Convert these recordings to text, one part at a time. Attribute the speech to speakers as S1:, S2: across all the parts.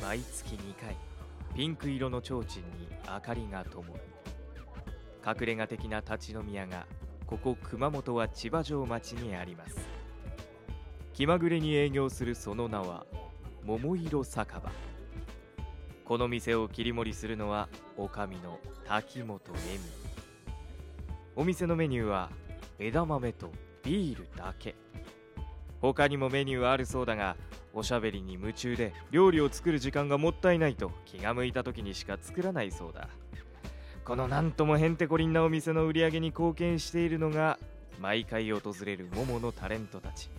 S1: 毎月2回ピンク色の提灯に明かりが灯る隠れ家的な立ち飲み屋がここ熊本は千葉城町にあります気まぐれに営業するその名は桃色酒場この店を切り盛りするのは女将の滝本恵美お店のメニューは枝豆とビールだけ他にもメニューはあるそうだがおしゃべりに夢中で料理を作る時間がもったいないと気が向いた時にしか作らないそうだこのなんともへんてこりんなお店の売り上げに貢献しているのが毎回訪れるモモのタレントたち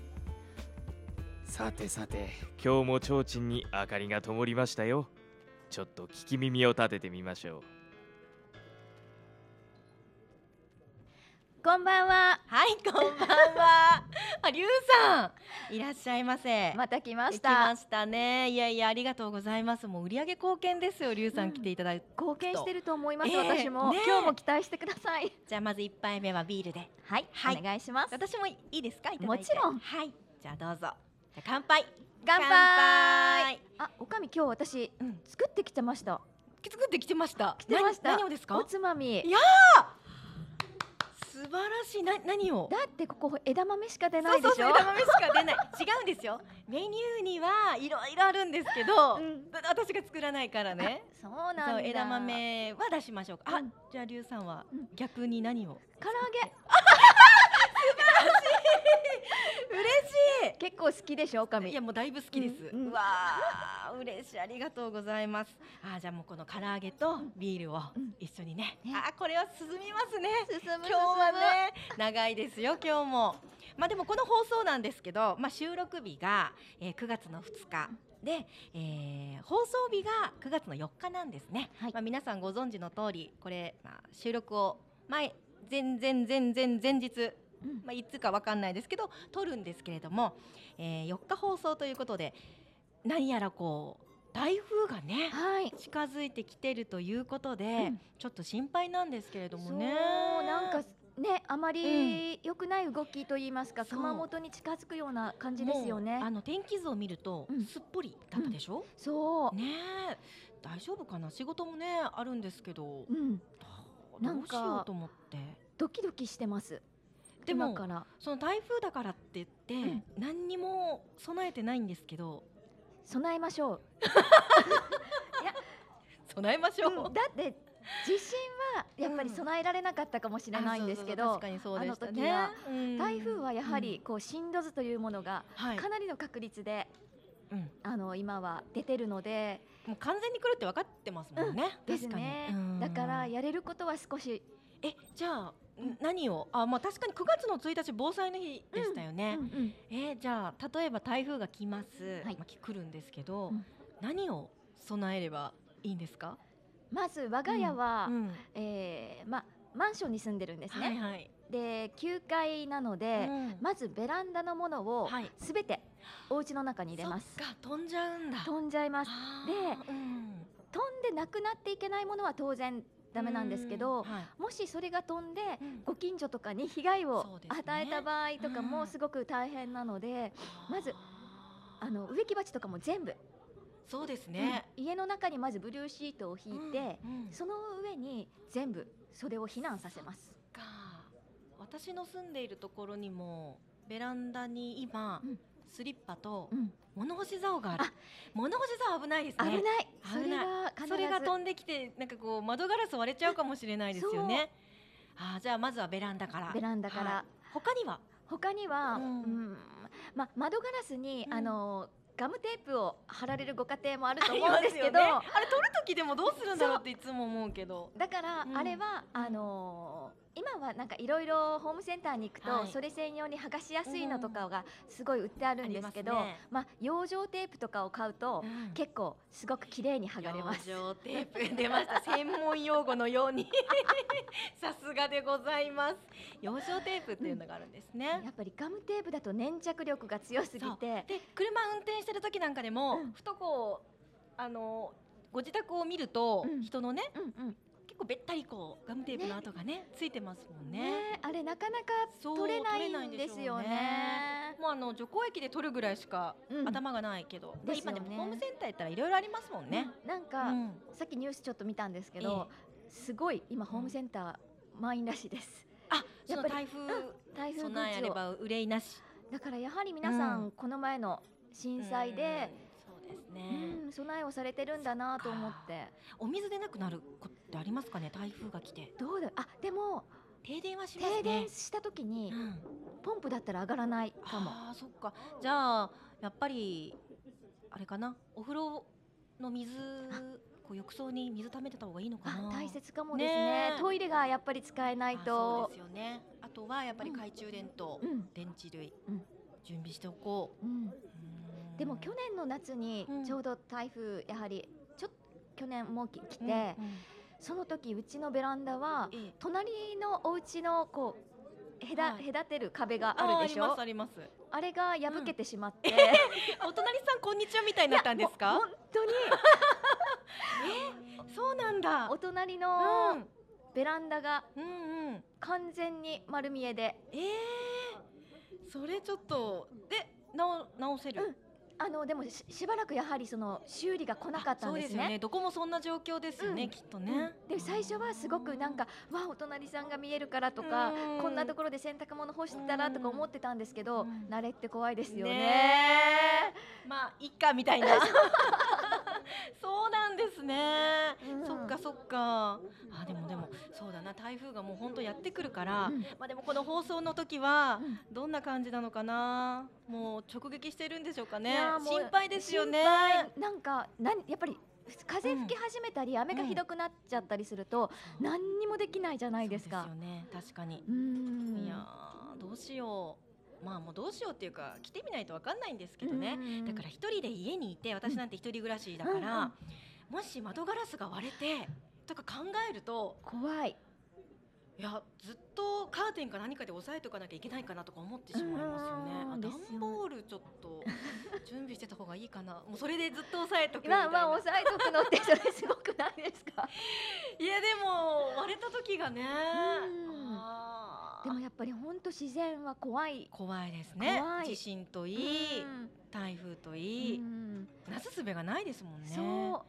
S1: さてさて今日も提灯に明かりが灯りましたよちょっと聞き耳を立ててみましょう
S2: こんばんは。
S3: はい、こんばんは。あ、りゅうさん、いらっしゃいませ。
S2: また来まし
S3: 来
S2: た。
S3: ましたね。いやいや、ありがとうございます。もう売上貢献ですよ、りゅうさん来ていただいて。
S2: 貢献してると思います。
S3: ええ
S2: 私も、
S3: ねえ
S2: 今日も期待してください。
S3: じゃあ、まず一杯目はビールで。
S2: はい、
S3: はい
S2: お願いします。
S3: 私もいいですか。いただいて
S2: もちろん
S3: はい、じゃあ、どうぞ。じゃあ、乾杯。
S2: 乾杯。
S3: 乾杯
S2: あ、おかみ今日私
S3: うん、
S2: 作ってきてました。
S3: 作ってきてました。
S2: 来てました
S3: な何をです
S2: お
S3: か。
S2: つまみ。
S3: や素晴らしい、な、何を。
S2: だってここ枝豆しか出な
S3: そ
S2: いうで
S3: そう
S2: しょ。
S3: そう枝豆しか出ない違うんですよメニューにはいろいろあるんですけど、
S2: うん
S3: だ私が作らないからね
S2: あそうなんだ。
S3: そう枝。豆は出しましょうか。あ、
S2: うん
S3: じゃあ龍さんは
S2: うん
S3: 逆に 何を？
S2: 唐揚げ
S3: 嬉
S2: 結構好きでしょ、おか
S3: い。い
S2: み。
S3: やもうだいぶ好きです。う
S2: うんうん
S3: わあ嬉しいありがとうございます。あじゃあもうこの唐揚げとビールを
S2: うん
S3: 一緒にね。
S2: ね
S3: あこれは進みますね。
S2: 進む進む。
S3: 今日はね長いですよ今日も。まあでもこの放送なんですけど、まあ収録日が、えー、9月の2日。で、えー放送日が9月の4日なんですね、
S2: はい
S3: まあ、皆さんご存知の通りこれ、まあ、収録を前前前前前前日
S2: うん。
S3: まあ、いつかわかんないですけど撮るんですけれども、えー、4日放送ということで何やらこう台風がね
S2: はい。
S3: 近づいてきてるということで、
S2: ん
S3: ちょっと心配なんですけれどもね。
S2: そうなんかねあまり良くない動きと言いますか、
S3: そう
S2: 熊本に近づくような感じですよね
S3: もうあの天気図を見ると、
S2: うん
S3: すっぽりだったでしょ、
S2: そう、
S3: ねえ大丈夫かな仕事もねあるんですけど、
S2: うんな
S3: ど
S2: ん
S3: うし
S2: か
S3: ようと思って
S2: ドキドキしてます
S3: でも
S2: 今から
S3: その台風だからって言って、
S2: うん
S3: 何にも備えてないんですけど
S2: 備えましょう、
S3: 備えましょう、
S2: うんだって地震はやっぱり
S3: うん
S2: 備えられなかったかもしれないんですけ
S3: あ
S2: ど
S3: そう、そうそう確かにそうでしたね
S2: あの
S3: うん
S2: 台風はやは
S3: う
S2: り
S3: ん
S2: こう震度図というものが
S3: はい
S2: かなりの確率で
S3: うん
S2: あの今は出てるので
S3: もう完全に来るって分かってますもんね、
S2: です
S3: 確かに
S2: ね
S3: うん
S2: だからやれることは少し、
S3: えじゃあん何をあまあ確かに9月の1日防災の日でしたよ
S2: うん
S3: ね、
S2: うん
S3: えじゃあ例えば台風が来ます、
S2: はい
S3: まあ、来るんですけど、
S2: うん
S3: 何を備えればいいんですか
S2: まず我が家は、
S3: うん
S2: えーまマンションに住んでるんですね、
S3: はいはい、
S2: で9階なので、
S3: うん
S2: まずベランダのものを
S3: はい
S2: すべてお家の中に入れます。
S3: そっか飛んじゃうんだ
S2: 飛んじゃいます。
S3: あー
S2: で
S3: うん
S2: 飛んでなくなっていけないものは当然ダメなんですけど
S3: うん、はい
S2: もしそれが飛んで
S3: うん
S2: ご近所とかに被害
S3: そう
S2: を
S3: ですね
S2: 与えた場合とか
S3: う
S2: も
S3: ん
S2: すごく大変なので、まず
S3: あー
S2: あの植木鉢とかも全部、
S3: そうですね、
S2: うん家の中にまずブルーシートを引いて、
S3: うんうん
S2: その上に全部それを避難させます。
S3: か私の住んでいるところにもベランダに今、
S2: うん
S3: スリッパと
S2: うん、
S3: 物干し竿がある
S2: あ
S3: 物干し竿危ないです
S2: 危ない
S3: ね。
S2: それが必ず
S3: それが飛んできてなんかこう窓ガラス割れちゃうかもしれないですよねあーじゃあまずはベランダから
S2: ベランダから。
S3: はい他には
S2: 他には、
S3: う
S2: うんんまあ、窓ガラスに、
S3: うん
S2: あのガムテープを貼られるご家庭もあると
S3: あり
S2: 思
S3: ま
S2: うん
S3: す
S2: ですけ
S3: よ
S2: ど
S3: ねあれ取る時でもどうするんだろうっていつも思うけど
S2: だから、
S3: うん
S2: あれはあのー今はなんかいろいろホームセンターに行くと、
S3: はい
S2: それ専用に剥がしやすいのとかがすごい売ってあるんですけど、
S3: あり
S2: ま
S3: ますね
S2: あ、養生テープとかを買うと、
S3: うん
S2: 結構すごく綺麗に剥がれます。
S3: 養生テープ出ました専門用語のように さすがでございます養生テープっていうのがあるんですね、
S2: やっぱりガムテープだと粘着力が強すぎ
S3: そう
S2: て
S3: で車運転してる時なんかでも、
S2: うん
S3: ふとこうあのご自宅を見ると、
S2: うん
S3: 人のね
S2: うんうん
S3: 結構べったりこうガムテープの跡がねついてますもんね
S2: ねあれなかなか
S3: そう
S2: 取れない
S3: 取れないん
S2: ん
S3: で
S2: で
S3: しょう
S2: す
S3: ね
S2: よね。
S3: もうあの徐行駅で取るぐらいしか
S2: うん
S3: 頭がないけど、まあ
S2: ですよ
S3: 今
S2: ね
S3: でもホームセンターやったらいろいろありますもんね。
S2: なん
S3: う
S2: か、
S3: ん、
S2: さっきニュースちょっと見たんですけど、すごい今ホームセンター満員らしいです
S3: あそ
S2: やっぱ
S3: の
S2: り
S3: 台風
S2: 台風グ
S3: 備
S2: ッ
S3: えあ
S2: ズ
S3: れ
S2: を
S3: ば憂いなし
S2: だからやはり皆さん、
S3: うん
S2: この前の震災で、
S3: うんそうですね
S2: う、ん備えをされてるんだなと思って
S3: お水でなくなることってありますかね台風が来て
S2: どうだあでも
S3: 停電はしますね
S2: 停電した時に
S3: うん
S2: ポンプだったら上がらないかも
S3: あーそっかじゃあやっぱりあれかなお風呂 の水こう浴槽に水溜めてた方がいいのか
S2: あ
S3: な
S2: 大切かもですね
S3: ねえ
S2: トイレがやっぱり使えない
S3: あ
S2: と
S3: そうですよねあとはやっぱり懐中電灯、
S2: うん
S3: 電池類、
S2: うん
S3: 準備しておこう
S2: うん
S3: うーん
S2: でも去年の夏に
S3: うん
S2: ちょうど台風やはりちょっと去年もき来て、
S3: うんうん
S2: その時うちのベランダは
S3: ええ
S2: 隣のお家のこう隔,、
S3: はい
S2: 隔てる壁が
S3: ー
S2: あるでしょ
S3: ありますあります
S2: あれが破けてしま って、
S3: あお隣さんこんにちはみたいになったんです
S2: いや
S3: か
S2: もう本当に
S3: そうなんだ
S2: お隣
S3: う
S2: の
S3: ん
S2: ベランダが
S3: うんうん
S2: 完全に丸見えで、
S3: えー、それちょっとで直直せる、
S2: うんあのでもししばらくやはりその修理が来なかったんです
S3: あそうですよ
S2: ね。
S3: ねどこもそんな状況ですよね、
S2: うん
S3: きっとね、
S2: で最初はすごくなんかわあお隣さんが見えるからとか
S3: うん
S2: こんなところで洗濯物干してたらとか思ってたんですけど
S3: うん
S2: 慣れって怖いですよね
S3: ねまあいっかみたいな そうなんですね、
S2: うん
S3: そっかそっかあでもでもそうだな台風がもう本当やってくるから、
S2: うん
S3: まあでもこの放送の時は
S2: うん
S3: どんな感じなのかなもう直撃してるんでしょうか
S2: い
S3: ね
S2: やーもう
S3: 心配ですよね
S2: 心配なんかなんやっぱり風吹き始めたり雨がひどくなっちゃったりすると何にもできないじゃないですか
S3: そうですよね確かに
S2: うーん
S3: いやーどうしようまあもうどうしようっていうか来てみないとわかんないんですけどね、
S2: うん
S3: だから一人で家にいて私なんて一人暮らしだから、
S2: うんうん
S3: もし窓ガラスが割れてとか考えると
S2: 怖い
S3: いやずっとカーテンか何かで押さえておかなきゃいけないかなとか思ってしまいますよね
S2: うん
S3: あ
S2: ですよね
S3: 段ボールちょっと準備してた方がいいかなもうそれでずっと押さえとくみたい
S2: ま
S3: な、
S2: あまあ押さえとくのってそれすごくないですか
S3: いやでも割れた時がね、
S2: うん
S3: あー
S2: でもやっぱり本当自然は怖い
S3: 怖いですね
S2: 怖い
S3: 地震といい、
S2: うん
S3: 台風といい、
S2: うん
S3: なすすべがないですもんね。
S2: そう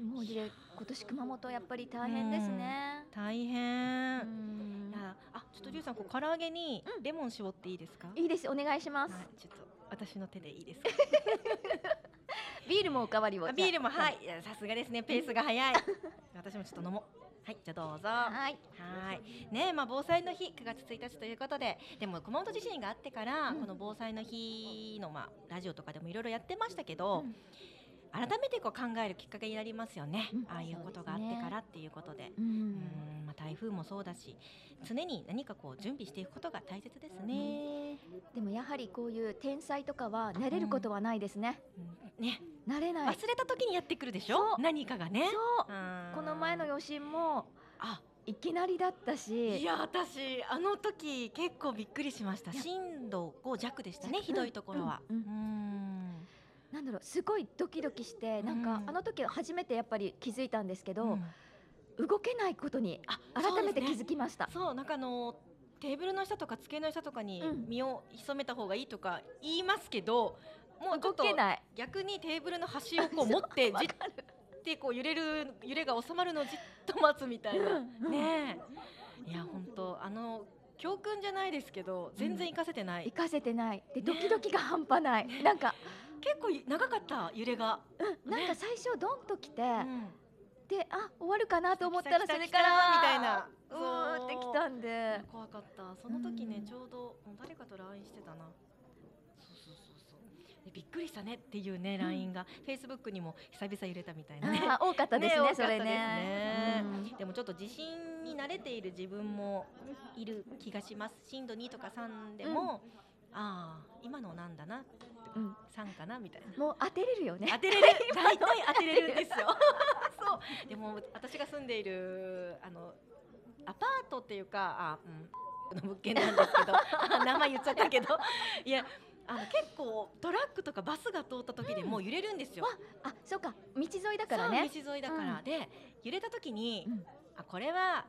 S2: もうで今年熊本やっぱり大変ですね。
S3: 大
S2: う
S3: 変。
S2: ん
S3: いやあ、ちょっとりゅうさん、こう唐揚げにレモン絞っていいですか。
S2: いいですお願いします。
S3: はい、ちょっと私の手でい いですか。
S2: ビールもおかわりを。
S3: あビールもはい、いやさすがですね、ペース が早い。私もちょっと飲もう。はい、じゃあどうぞ。
S2: じゃあ
S3: は
S2: はい。
S3: い、ねえ、まあ防災の日、9月1日ということで、でも熊本地震があってから、
S2: うん
S3: この防災の日のまあラジオとかでもいろいろやってましたけど。
S2: うん
S3: 改めてこう考えるきっかけになりますよね、
S2: うん
S3: ああいうことがあ
S2: そ
S3: っ
S2: うですね
S3: てからっていうことで、
S2: う。
S3: うんんまあ、台風もそうだし常に何かこう準備していくことが大切ですね。
S2: でもやはりこういう天災とかは慣れることはないですね。
S3: うんね
S2: 慣れない。
S3: 忘れた時にやってくるでしょ
S2: そう
S3: 何かがね。
S2: そう。
S3: うん
S2: この前の余震も
S3: あ
S2: いきなりだった
S3: い
S2: し。
S3: や私あの時結構びっくりしました震度5弱でしたね
S2: うん
S3: ひどいところは。
S2: うんうん
S3: うん
S2: なんだろうすごいドキドキしてなんか
S3: うん
S2: あの時初めてやっぱり気づいたんですけど
S3: うん
S2: 動けないことに
S3: あ
S2: 改めて気
S3: そうです
S2: づ
S3: ね
S2: きました。
S3: そうなんかあのテーブルの下とか机の下とかに
S2: うん
S3: 身を潜めた方がいいとか言いますけど、もうちょ
S2: 動
S3: っと
S2: けない。
S3: 逆にテーブルの端をこう持って
S2: わ
S3: じっ
S2: かる
S3: ってこう揺れる揺れが収まるのをじっと待つみたいなねえいや本当あの教訓じゃないですけど全然活かせてない、
S2: 行かせてないで
S3: ね
S2: ドキドキが半端ない、なんか
S3: 結構長かった揺れが、
S2: なんか最初ドンと来て、
S3: うん
S2: であ終わるかなと思ったら
S3: 来た
S2: それ
S3: 来た来た
S2: から
S3: みたいな
S2: うーってきたんで
S3: 怖かったその時ね、
S2: うん
S3: ちょうどもう誰かと LINE してたなそうそうそうそうでびっくりしたねっていうね LINE が、Facebook にも久々揺れたみたいなね
S2: あー多かったですね
S3: ね多かった
S2: それね
S3: ですでもちょっと地震に慣れている自分もいる気がします震度2とか3でも、ああ今のなんだな
S2: うんうん
S3: 3かなみたいな
S2: もう当てれるよね
S3: 当 てれる大体当てれるんですよそうでも私が住んでいるあのアパートっていうかあ、うん、の物件なんですけど あ名前言っちゃったけどいやあの結構トラックとかバスが通った時でもう揺れるんですよ、
S2: あそうか道沿いだからね
S3: そう道沿いだから、
S2: うん
S3: で揺れた時に、
S2: うん
S3: あこれは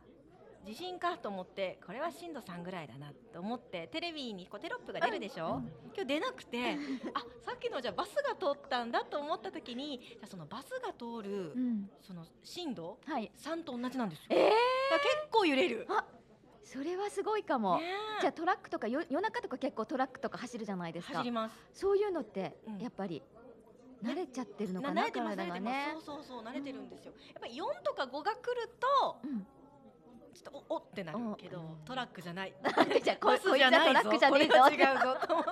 S3: 地震かと思ってこれは震度3ぐらいだなと思ってテレビにこうテロップが出るでしょ、今日出なくてあさっきのじゃあバスが通ったんだと思った時にじゃあそのバスが通る、
S2: うん、
S3: その震度
S2: はい。
S3: 3と同じなんですよ、
S2: ええ
S3: だから結構揺れる、
S2: それはすごいかも。
S3: ねえ
S2: じゃあトラックとかよ夜中とか結構トラックとか走るじゃないですか
S3: 走り。ます
S2: そういうのって
S3: うん
S2: やっぱり慣れちゃってるの
S3: な
S2: か
S3: 慣
S2: な
S3: れてます
S2: 体
S3: 慣れ
S2: が
S3: てま
S2: ね
S3: す。そうそうそう慣れてるんですよやっぱり4とか5が来ると
S2: うん
S3: ちょっとおおってなるけど、
S2: うん
S3: トラックじ ゃない。
S2: じゃあこ
S3: バスじゃないぞ。
S2: こいつはトラックじゃねえぞ
S3: これは違うぞと思って。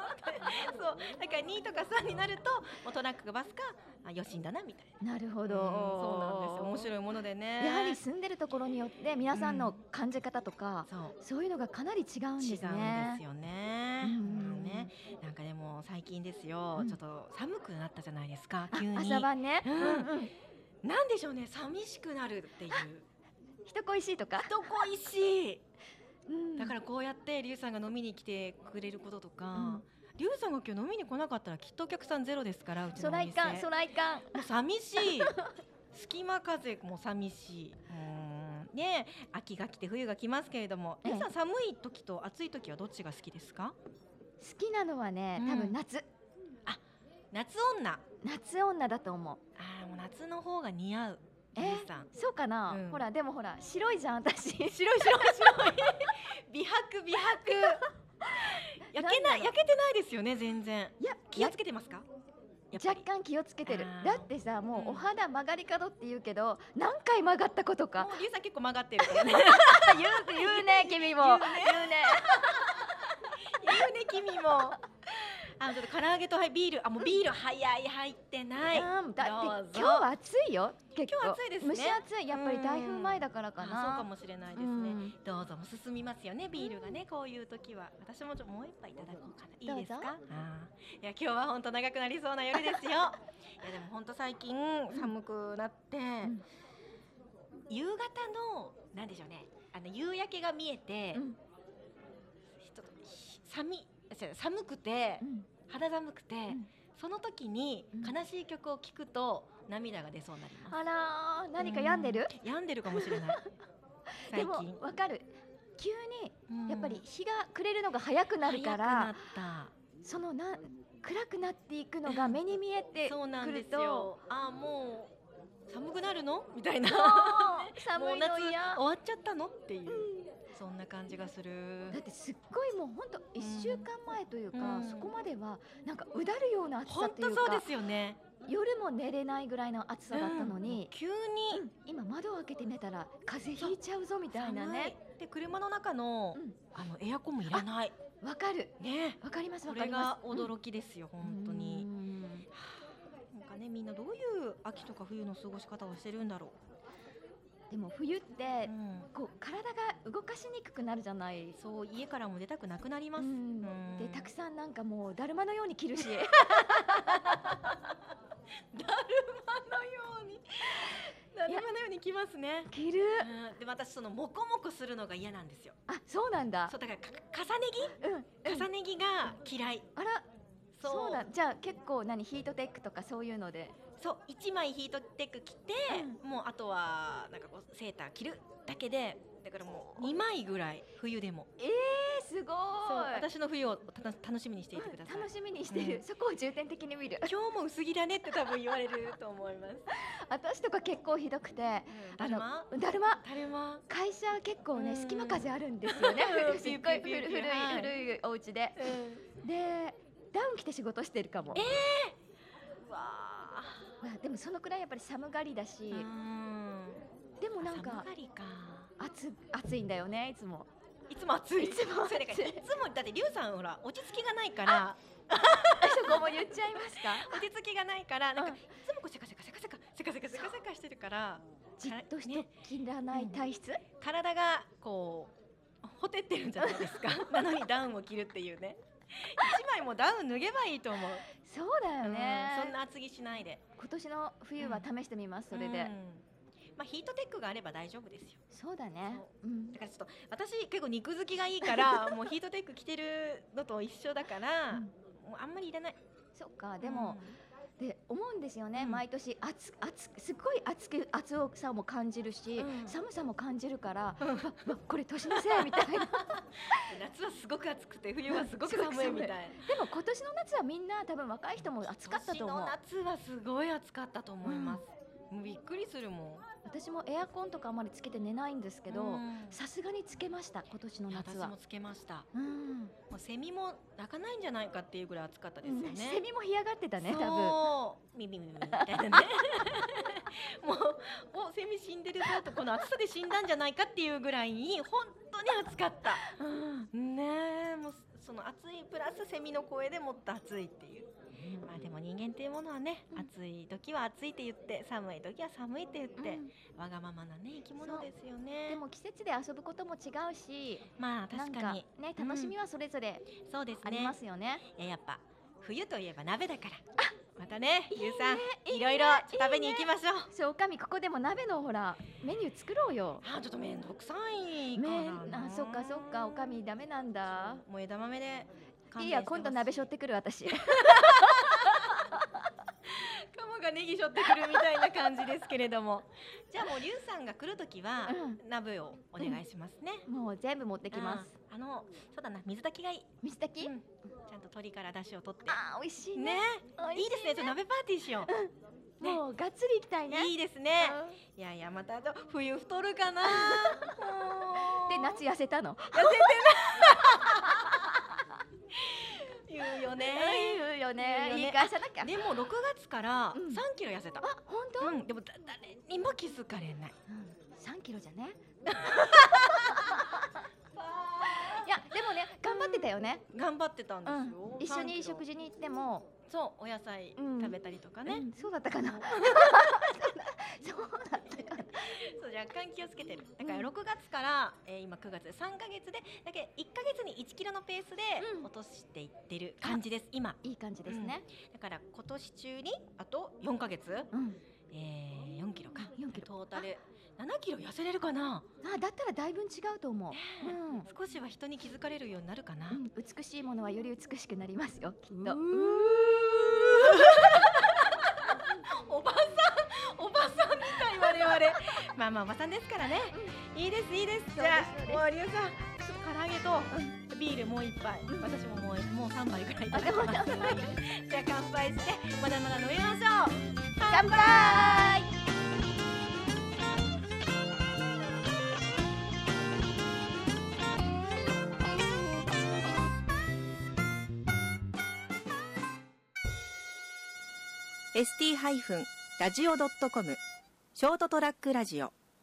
S3: そう、だから二とか三になると、もうトラックがバスか、あ、余震だなみたい な。
S2: なるほど。
S3: うんそうなんですよ。面
S2: い。
S3: 白いものでね。
S2: やはり住んでるところによって皆さんの感じ方とか、
S3: そう。
S2: そういうのがかなり違うん
S3: 違うん
S2: で
S3: ですす
S2: ね。
S3: よね。まあね、なんかでも最近ですよ、
S2: うん
S3: ちょっと寒くなったじゃないですか。
S2: あ
S3: 急に。
S2: 朝晩ね、
S3: うん
S2: ん、
S3: なんでしょうね、寂しくなるっていう。
S2: 人恋しいとか、
S3: どこいしい。
S2: うん
S3: だからこうやってリュウさんが飲みに来てくれることと
S2: うん
S3: か、リュウさんが今日飲みに来なかったらきっとお客さんゼロですからうちの
S2: 初
S3: お
S2: 来
S3: 店
S2: 館初来館
S3: もう寂しい隙間風も寂しいうーんねえ秋が来て冬が来ますけれども
S2: ええ
S3: リュウさん寒い時と暑い時はどっちが好きですか
S2: 好きなのはね、多
S3: う
S2: 分
S3: ん
S2: 夏、
S3: 夏女
S2: 夏女だと思う。
S3: あーもう夏の方が似合う
S2: え
S3: リュウさん
S2: そうかな、
S3: うん
S2: ほらでもほら白いじゃん私。
S3: 白い白い白い美白美白 焼け
S2: なだろ
S3: なんいう焼けてないですよね全然
S2: いや
S3: 気をつけてますかやっぱ
S2: 若
S3: り
S2: 干気をつけてる
S3: あー
S2: だってさも
S3: うん
S2: うお肌曲がり角って言うけど、何回曲がったことか
S3: もうリュウさん結構曲がってるからね
S2: 言う言うね君も
S3: 言うね
S2: 言うね
S3: 言うね君もあちょっと唐揚げとはいビールあもうビール早い入ってないあ
S2: うんだっ
S3: どう
S2: て
S3: ぞ
S2: 今日は暑いよ結構
S3: 今日暑いですね
S2: 蒸し暑いやっぱり台風前だから
S3: そ
S2: か
S3: う
S2: な
S3: かもしれないですね、
S2: うん
S3: どうぞもう進みますよねビールがねこういう時は私もちょっともう一杯いただこうかないいです
S2: どうぞ
S3: かあーいや今日は本当長くなりそうな夜で すよいやでも本当最近寒くなって、
S2: ん
S3: 夕方のなんでしょうねあの夕焼けが見えて、
S2: うん
S3: ちょっとひ寒い違う寒くて、
S2: うん
S3: 肌寒くて、
S2: ん
S3: その時に
S2: うん
S3: 悲しい曲を聴くと涙が出そうになります、
S2: あらー何か病んでる、
S3: 病んでるかもしれ ない最
S2: でも
S3: 近
S2: わかる急に
S3: うん
S2: やっぱり日が暮れるのが早くなるから、
S3: 早くなっ
S2: そのな暗くなっていく のが目に見え
S3: た
S2: て
S3: そうなん
S2: く
S3: で
S2: る
S3: す
S2: と
S3: よあーもう寒くなるのみ たいなも
S2: 寒
S3: う
S2: い
S3: 夏
S2: の
S3: 終
S2: 嫌
S3: わっちゃったのっていう、
S2: うん
S3: そんな感じがする
S2: だってすっごいもう本当一週間前というか、
S3: うん
S2: そこまではなんかうだるような暑さ
S3: 本
S2: とい
S3: 当
S2: う
S3: そう
S2: か
S3: ですよね
S2: 夜も寝れないぐらいの暑さだったのに
S3: うん、急に
S2: うん今窓を開けて寝たら風邪ひいちゃうぞみたいなね
S3: 寒いで車の中の,、
S2: うん
S3: あのエアコンもいらない
S2: わかる
S3: ね
S2: わかります
S3: そ
S2: わか
S3: れ
S2: りま
S3: が
S2: す
S3: 驚きですよ、
S2: うん
S3: 本当に
S2: う。ん
S3: なんかねみんなどういう秋とか冬の過ごし方をしてるんだろ
S2: でも冬っ
S3: う、
S2: て
S3: うん
S2: こう体が動かしにくくなるじゃない
S3: そう家からも出たくなくなり
S2: う
S3: ます、
S2: ん
S3: うん
S2: でたくさんなんかもうだるまのように着るし
S3: だるまのようにだるまのように来ますね
S2: 着る
S3: うんで私そのモコモコするのが嫌なんですよ
S2: あそうなんだ
S3: そうだからか重ね
S2: うんうん
S3: 着重ね着が嫌い
S2: あら
S3: そう
S2: そうなんじゃあ結構何ヒートテックとかそういうので
S3: そう一枚ヒートテック着て、もうあとはなんかこうセーター着るだけでだからもう二枚ぐらい冬でも
S2: えすごい
S3: そう私の冬をたの楽しみにしていてください、
S2: うん楽しみにしてる、
S3: うん
S2: そこを重点的に見る
S3: 今日も薄着だねって多分言われると思います。
S2: 私とか結構ひどくて
S3: だるま
S2: あのだるま
S3: だるま
S2: 会社結構ね、
S3: うん
S2: 隙間風あるんですよね
S3: うん
S2: すっごい古い
S3: ピューピュー
S2: 古い
S3: ピューピューはい
S2: 古いお家で
S3: う
S2: でダウン着て仕事してるかも、
S3: わ
S2: まあ、でもそのくらいやっぱり寒がりだし、
S3: ーうん
S2: でもなんか
S3: 寒がりか
S2: 暑暑いんだよねいつ も
S3: いつも暑い
S2: いつも暑い
S3: それがいつもだってリュウさんほら落ち着きがないから
S2: あそこも言っちゃいますか
S3: 落ち着きがないからなんか
S2: うん
S3: いつもこうセカセカセカセカセカセカセカセカしてるから
S2: じっとしてきらない体質、
S3: 体がこうほてってるんじゃないです かなのにダウンを着るっていうね一枚もダウン脱げばいいと思う、
S2: そうだよね、
S3: うんそんな厚着しないで
S2: 今年の冬は試してみます、それで、
S3: うんまあヒートテックがあれば大丈夫ですよ
S2: そうだねう、ん
S3: だ、からちょっと私結構肉付きがいいから もうヒートテック着てるのと一緒だから、
S2: うん
S3: もうあんまりいらない
S2: そっかでも、で思うんですよね、
S3: うん
S2: 毎年暑暑すっごい暑く暑さも感じるし、
S3: うん
S2: 寒さも感じるから、
S3: うん
S2: うわこれ年のせいみたい な
S3: 夏はすごく暑くて冬はすごく寒いみた いな
S2: でも今年の夏はみんな多分若い人も暑かったと思う
S3: 今年の夏はすごい暑かったと思います、もうびっくりするもん
S2: 私もエアコンとかあまりつけて寝ないんですけど
S3: うん
S2: さすがにつけました今年の
S3: いや
S2: 夏
S3: 私
S2: は
S3: も。つけました
S2: うん、ね
S3: もうセミも鳴かないんじゃないかっていうぐらい暑かったですよね、
S2: セミも干上がってたね、多分。
S3: そうミミミミみたいなねもうおセミ死んでるぞとこの暑さで死んだんじゃないかっていうぐらいに本当に暑かった
S2: うん
S3: ねえもうその暑いプラスセミの声でもっと暑いっていうまあでも人間っていうものはね、
S2: うん
S3: 暑い時は暑いって言って寒い時は寒いって言って、
S2: うん
S3: わがままなね生き物ですよね
S2: でも季節で遊ぶことも違うし、
S3: まあ確かに
S2: なんね
S3: うん
S2: 楽しみはそれぞれ
S3: そうです
S2: あり
S3: ね
S2: ますよね。
S3: いややっぱ冬といえば鍋だからまたねゆうさんいろいろちょっと食べに行きましょう
S2: そうおかみここでも鍋のほらメニュー作ろうよ。
S3: あちょっと面倒くさいか
S2: め
S3: らな
S2: あそっかそっかおかみダメなんだ。
S3: もう枝豆で
S2: いい
S3: 勘弁して
S2: や
S3: ほし
S2: 今度鍋しょってくる 私。
S3: カモがネギしょってくるみたいな感じですけれども じゃあもうリュウさんが来るときは
S2: う
S3: 鍋をお願いしますね、
S2: もう全部持ってきます。
S3: あーあのそうだな水炊きがいい、
S2: 水炊き？
S3: うんちゃんと鶏から出汁を取って
S2: あー美味しい
S3: ね
S2: ね。
S3: いいですねちょっと鍋パーティーしよう、
S2: すね。もうがっつり行きたいね。
S3: いいですねいやいやまたあと冬太る かな
S2: で夏痩せたの。
S3: 言うよね
S2: 言うよね
S3: 言うよね。
S2: 言い返さなきゃ。
S3: でも6月から
S2: うん
S3: 3キロ痩せた、
S2: あ本当？
S3: うん、でもだ誰にも気づかれない
S2: 三キロじゃね。
S3: い
S2: いやでもね頑張ってたよね。
S3: や頑張ってたんですよ、
S2: 一緒に食
S3: 事
S2: 事に行っても、
S3: そうお野菜
S2: うん
S3: 食べたりとかね、
S2: うんそうだったかな。そうだったかな。
S3: そう若干気をつけてるだか
S2: う
S3: ら
S2: ん
S3: 6月から、えー今9月3か月でだけ1か月に1キロのペースで
S2: うん
S3: 落としていってる感じです、今
S2: いい感じですね。
S3: だから今年中にあと4か月、
S2: うん。
S3: えー、4キロか
S2: 4キロ
S3: トータル7キロ痩せれるかな、
S2: あだったらだいぶん違うと思う。うん。
S3: 少しは人に気づかれるようになるかな、
S2: うん美しいものはより美しくなりますよきっ と。
S3: おばさん、おばさんみたい我々。まあまあおばさんですからね。いいですいいです。じゃ
S2: そうです
S3: あもうリュウさん、ちょっと唐揚げとビールもう一杯、私ももうもう三杯ぐらいいただきます。
S2: あでも三杯
S3: じゃあ乾杯してまだまだ飲みましょう。
S2: 乾杯。
S4: ST-radio.com ショートトラックラジオ